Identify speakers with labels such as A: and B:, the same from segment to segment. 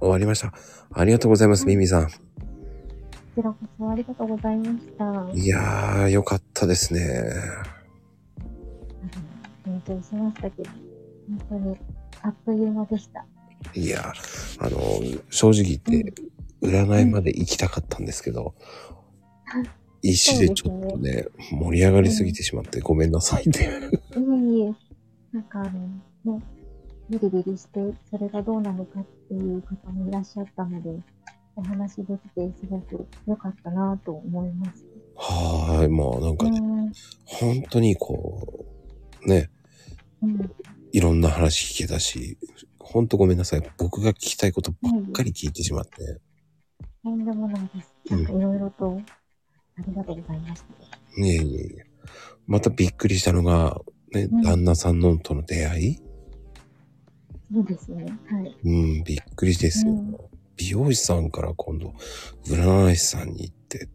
A: 終わりました。ありがとうございます、ミミさん。
B: こちらこそありがとうございました。うん
A: いやー、よかったですね。
B: 緊張しましたけど、本当にあっという間でした。
A: いやー、あの、正直言って、占いまで行きたかったんですけど、石でちょっとね、盛り上がりすぎてしまってごめんなさいって。
B: いえいえ、なんかあの、ね、ビリビリして、それがどうなのかっていう方もいらっしゃったので、お話できてすごく良かったなと思います。
A: はーい、まあなん
B: う
A: かね、
B: ん、
A: 本当にこう、ね、
B: うん、い
A: いろんな話聞けたし、ほんとごめんなさい。僕が聞きたいことばっかり聞いてしまって。
B: とんでもないです。なんかいろいろと、ありがとうございました。
A: いえいえいえ。またびっくりしたのが、ね、
B: うん
A: 旦那さんのとの出会
B: そうですね。はい。
A: いうん、びっくりですよ。
B: うん
A: 美容師さんから今度、占い師さんに行って、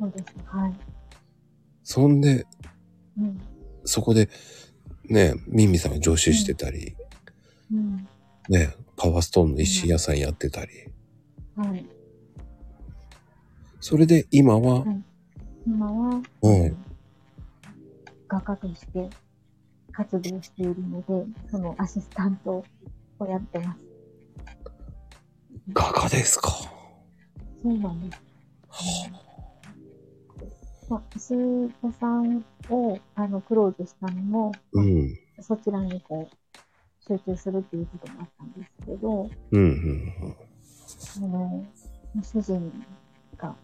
B: そうです。はい。
A: そんで、
B: うん。
A: そこで、ね、ミンミさんが助手してたり、
B: うん。
A: ね、パワーストーンの石屋さんやってたり、
B: はい。
A: それで今は、
B: 今は、
A: うん、
B: 画家として活動しているので、そのアシスタントをやってます。
A: 画家ですか。
B: そうなんです。まあ、石田さんをあのクローズしたのも、
A: うん、
B: そちらにこう集中するっていうこともあったんですけど、
A: うん、うん。
B: あの主人が、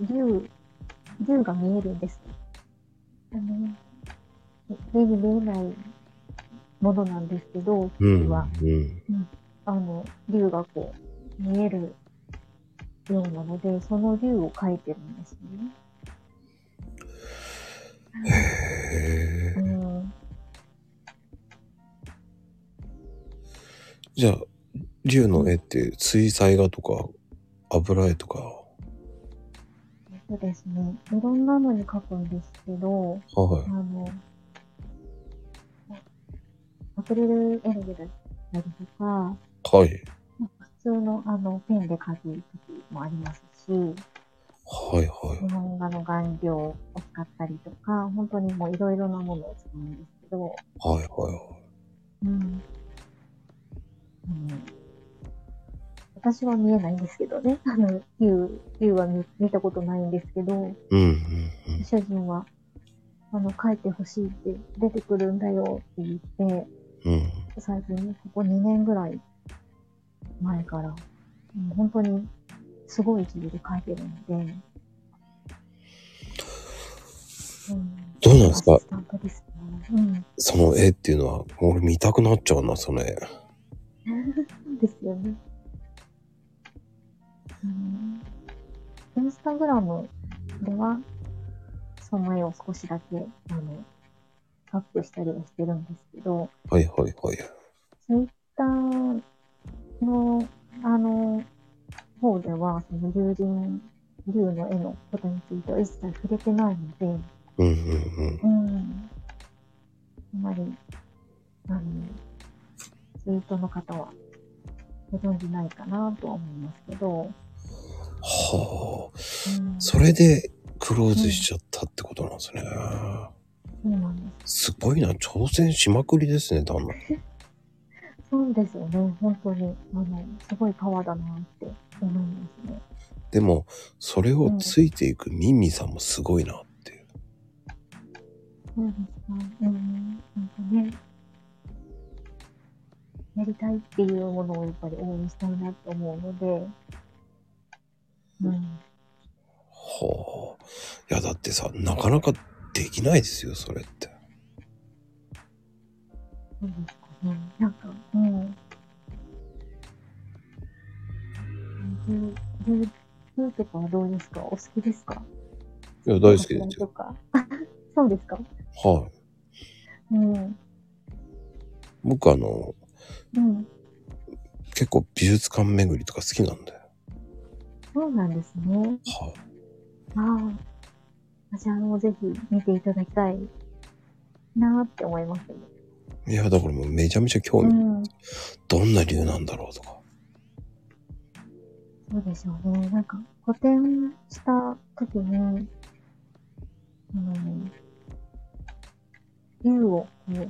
B: うん竜、竜が見えるんです。あの目に見えないものなんですけど、
A: うん、
B: は
A: うん、
B: あの、竜がこう、見えるようなので、その竜を描いてるんですね。
A: へえ。
B: うん、
A: じゃあ、竜の絵って水彩画とか油絵とか。
B: そうですね。いろんなのに描くんですけど、
A: は
B: あ
A: い。
B: の、アクリル絵の具だったりとか、
A: はい。
B: 普通のあのペンで描く時もありますし、
A: はいは
B: 日本画の顔料を使ったりとか、本当にもういろいろなものを使うんですけど、
A: い。はいはいは
B: うんうん私は見えないんですけどね。 あの、竜、竜は見見たことないんですけど、
A: い。うんうんうん。
B: 主人は、あの、書いてほしいって、出てくるんだよって言って、
A: うん。
B: 最近ね、ここ2年ぐらい前から、もう本当にすごい勢いで書いてるので、うん、
A: どうなんですか
B: アシスタントですね。うん。
A: その絵っていうのは、俺見たくなっちゃうな、その絵。
B: そうですよね。うんインスタグラムでは、その絵を少しだけ、あの、アップしたりはしてるんですけど、
A: はいはいはい。
B: ツイッターの、あの、方では、その竜神、竜の絵のことについては一切触れてないので、
A: うんうんうん。
B: うん。あんまり、あの、ツイートの方は、ご存じないかなとは思いますけど、
A: はあ。
B: うん、
A: それで、クローズしちゃったってことなんですね。
B: そうなんです
A: ごいな、挑戦しまくりですね、旦那。
B: す。そうですよね、本当に。あの、すごい川だなって思いますね。
A: でも、それをついていくミンミさんもすごいなっていう。
B: そうですか。うん、なんかね、やりたいっていうものをやっぱり応援したいなと思うので、うん、
A: はあ。いや、だってさ、なかなかできないですよ、それって。
B: そうですかね。なんか、うん。ルー、ルルーとかはどうですかお好きですか
A: いや、大好きで
B: お
A: す
B: 好きと
A: よ。
B: か。あそうですか
A: はい。
B: うん。うん。
A: 僕あの、結構美術館巡りとか好きなんだよ。
B: そうなんですね。
A: はい。
B: ああ。じゃあもうぜひ見ていただきたいなーって思いますね。
A: いいや、だからもうめちゃめちゃ興
B: う
A: 味、
B: ん、
A: どんな理由なんだろうとか。
B: そうでしょうね。なんか、個展した時に、あの、竜をこう、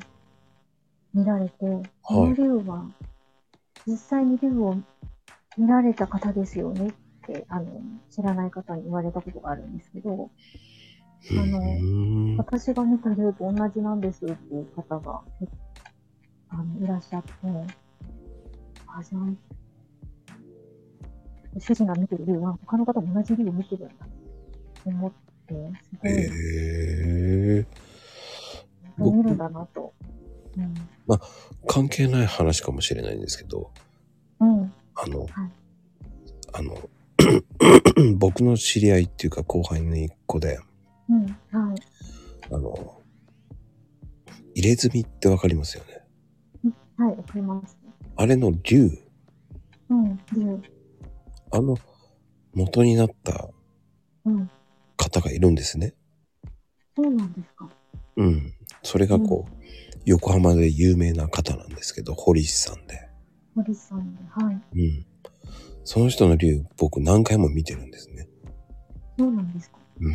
B: 見られて、この竜は、実際に竜を見られた方ですよねって、あの、知らない方に言われたことがあるんですけど、
A: う
B: あの
A: ーん。
B: 私が見た竜と同じなんですっていう方が結構あのいらっしゃって、あ、じゃあ、主人が見てる竜は他の方も同じ竜を見てるんだと思って、すご
A: へ
B: い、
A: え僕
B: 見るんだなと。うん。
A: 関係ない話かもしれないんですけど、
B: うん。
A: あの、
B: はい
A: あの、 僕の知り合いっていうか後輩の一個で、
B: うん。はい。
A: あの、入れ墨ってわかりますよね。
B: はい、送ります。
A: あれの竜、
B: うん。竜。
A: あの元になった
B: うん。
A: 方がいるんですね。
B: そうなんですか。
A: うん。それがこう、横浜で有名な方なんですけど、堀石さんで。
B: 森さんで。はい。
A: うん。その人の竜、僕何回も見てるんですね。
B: そうなんですか。
A: うん。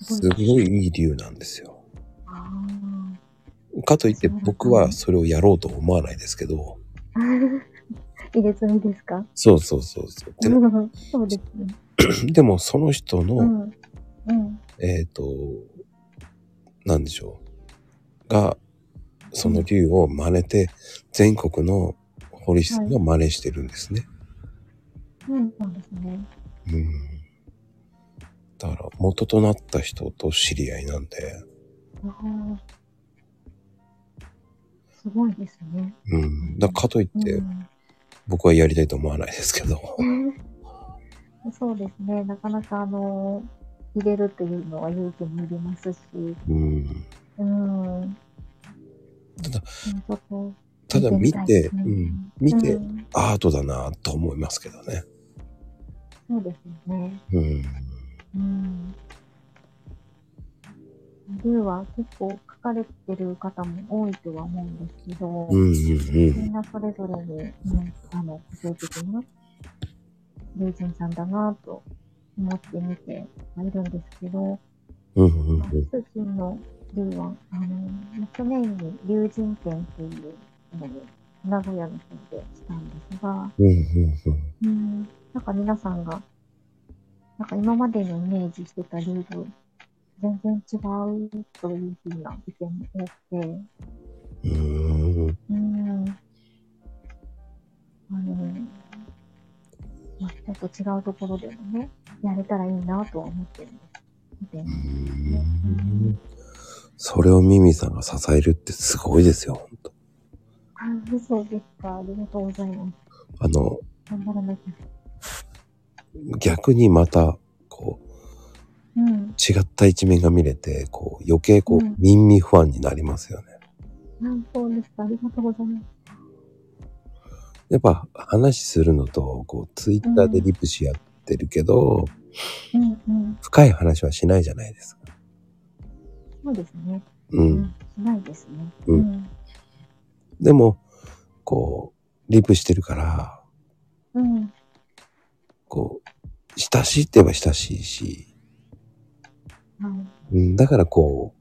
B: す
A: す
B: ごい。
A: ごいいい竜なんですよ。
B: あ
A: かといって僕はそれをやろうと思わないですけど。
B: あ。 入れ墨ですか
A: そうそうそうそう。でも、
B: うん そうですね。
A: でもその人の、
B: うん。うん。
A: えっ、と、なんでしょう。が、その竜を真似て、全国の堀市さんが真似してるんですね。
B: そうなんですね。
A: うん。だから、元となった人と知り合いなんで、
B: あーすごいですね。
A: うん。だからかといって、
B: うん
A: 僕はやりたいと思わないですけど。
B: そうですね。なかなか、あの、入れるっていうのは勇気もいりますし、
A: うん。
B: うん。
A: ただ、
B: ちょっと
A: ただ見
B: みたい
A: て、
B: です
A: う
B: ね
A: ん。見て
B: う、ん
A: アートだなと思いますけどね。
B: そうですよね。
A: うん。
B: うん。竜は結構書かれてる方も多いとは思うんですけど、
A: うんうんう
B: み
A: ん。
B: んなそれぞれに、うん、あの、個性的な、友人さんだなぁと思って見てはいるんですけど、
A: うんうん
B: まあ通信の竜は、あの、去年に竜神展っていうのに、名古屋の方でしたんですが、
A: うん。うんうんうん。
B: うん、なんか皆さんが、なんか今までのイメージしてた竜と全然違うというふうな意見も多くて、
A: うーん。
B: うんあの、まあ、ちょっと違うところでもね、やれたらいいなとは思ってるんです。で
A: うーんそれをミミさんが支えるってすごいですよ、本当
B: あ、そうですか。ありがとうございます。
A: あの、
B: 頑張らなきゃ。
A: 逆にまた、こう、
B: うん。
A: 違った一面が見れて、こう、余計こ
B: うん
A: う、民ミファンになりますよね。
B: あ、そうですか。ありがとうございます。
A: やっぱ話するのと、こう、ツイッターでリプし合ってるけど、
B: うんうん。
A: 深い話はしないじゃないですか。
B: そうですね。
A: う。
B: うんん。しないですね。
A: うん
B: ん。
A: でも、こう、リプしてるから、
B: うん。
A: こう、親しいって言えば親しいし、
B: はい。
A: うん、だからこ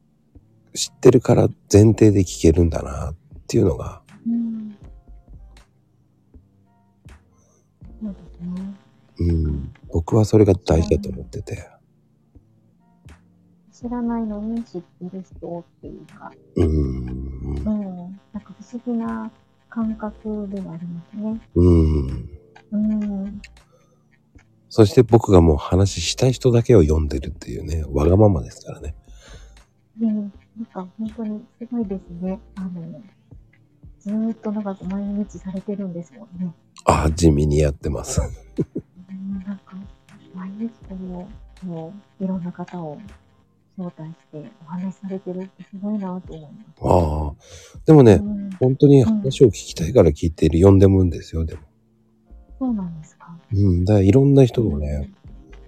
A: う、知ってるから前提で聞けるんだなっていうのが、
B: うん。そうですね。
A: うん、僕はそれが大事だと思ってて、
B: 知らないのに知ってる人っていうか、
A: うん
B: う、ん、なんか不思議な感覚ではありますね。
A: うん。
B: うん。
A: そして僕がもう話したい人だけを読んでるっていうね、わがままですからね。
B: で、なんか本当にすごいですね。あの、ずーっと長く毎日されてるんですもんね。
A: あ あ、地味にやってます。
B: うん、なんか、毎日こう、もういろんな方を招待してお話しされてるってすごいなと思います。
A: ああ。でもね
B: う、ん、
A: 本当に話を聞きたいから聞いてる、読んでもんですよ、でも。
B: そうなんですか。
A: うん。だからいろんな人のね、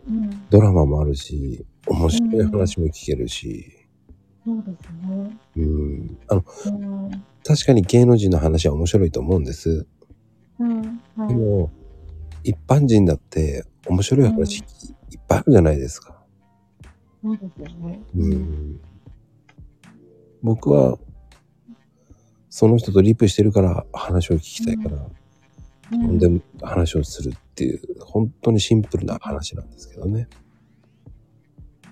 B: うん。
A: ドラマもあるし、面白い話も聞けるし、
B: そうですね。
A: うん。あの、
B: うん。
A: 確かに芸能人の話は面白いと思うんです。
B: うん。は
A: で
B: い。
A: も、一般人だって面白い話いっぱいあるじゃないですか。
B: そうですよね。
A: うん。僕は、その人とリプしてるから話を聞きたいから、
B: う
A: ほん
B: ん。
A: で話をするっていう、本当にシンプルな話なんですけどね。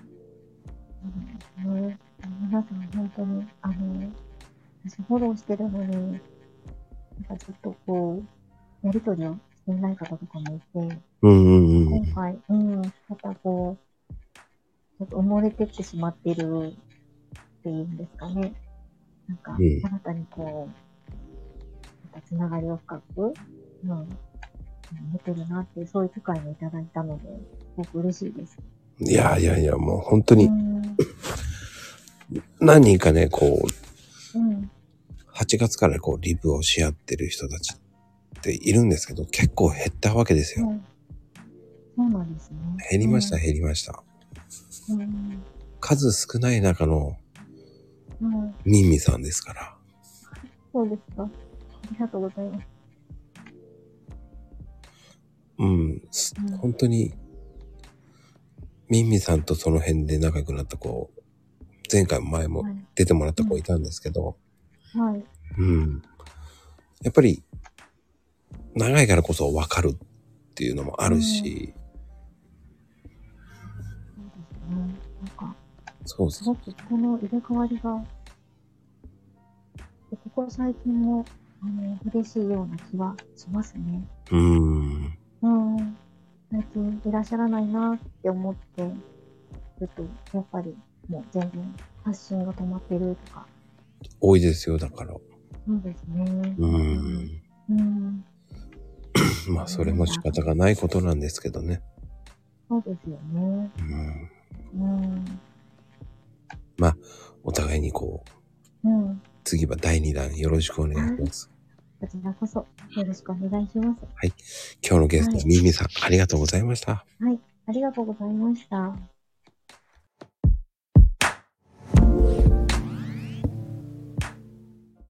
B: そうですね。皆さん本当に、あの、私フォローしてるのに、なんかちょっとこう、やりとりをしていない方とかもいて、
A: うんうんう
B: 今
A: ん。
B: 回、うん、またこう、ちょっと埋もれてってしまってるっていうんですかね。なんか、
A: ええ
B: 新たにこう、またつながりを深く、うん、持てるなっていう、そういう機会もいただいたので、すごく嬉しいです。
A: いやいやいや、もう本当に
B: うん、
A: 何人かね、こう、
B: うん、
A: 8月からこうリプをし合ってる人たちっているんですけど、結構減ったわけですよ。
B: はい。そうなんですね。
A: 減りました、減りました。
B: うん、
A: 数少ない中の
B: うん、うん、
A: ミンミさんですから。
B: そうですか。ありがとうございます。
A: うん。す
B: うん
A: 本当に、ミンミさんとその辺で仲良くなった子、前回前も
B: はい
A: 出てもらった子いたんですけど、
B: はい。
A: うん。やっぱり、長いからこそ分かるっていうのもあるし、
B: そうですね。なんか、
A: そう
B: す
A: そう。
B: ごくこの入れ替わりが、ここ最近も、あの、嬉しいような気はしますね。
A: うん。
B: うん。最近いらっしゃらないなって思って、ちょっと、やっぱり、もう全然発信が止まってるとか、
A: 多いですよ、だから。
B: そうですね。
A: うん。
B: うん。
A: まあ、それも仕方がないことなんですけどね。
B: そうですよね。
A: うん。
B: うん。
A: お互いにこう、
B: うん。
A: 次は第2弾よろしくお願いします。
B: こちらこそ、よろしくお願いします。
A: 今日のゲスト、
B: はい
A: ミミさん、ありがとうございました。
B: はい。ありがとうございました。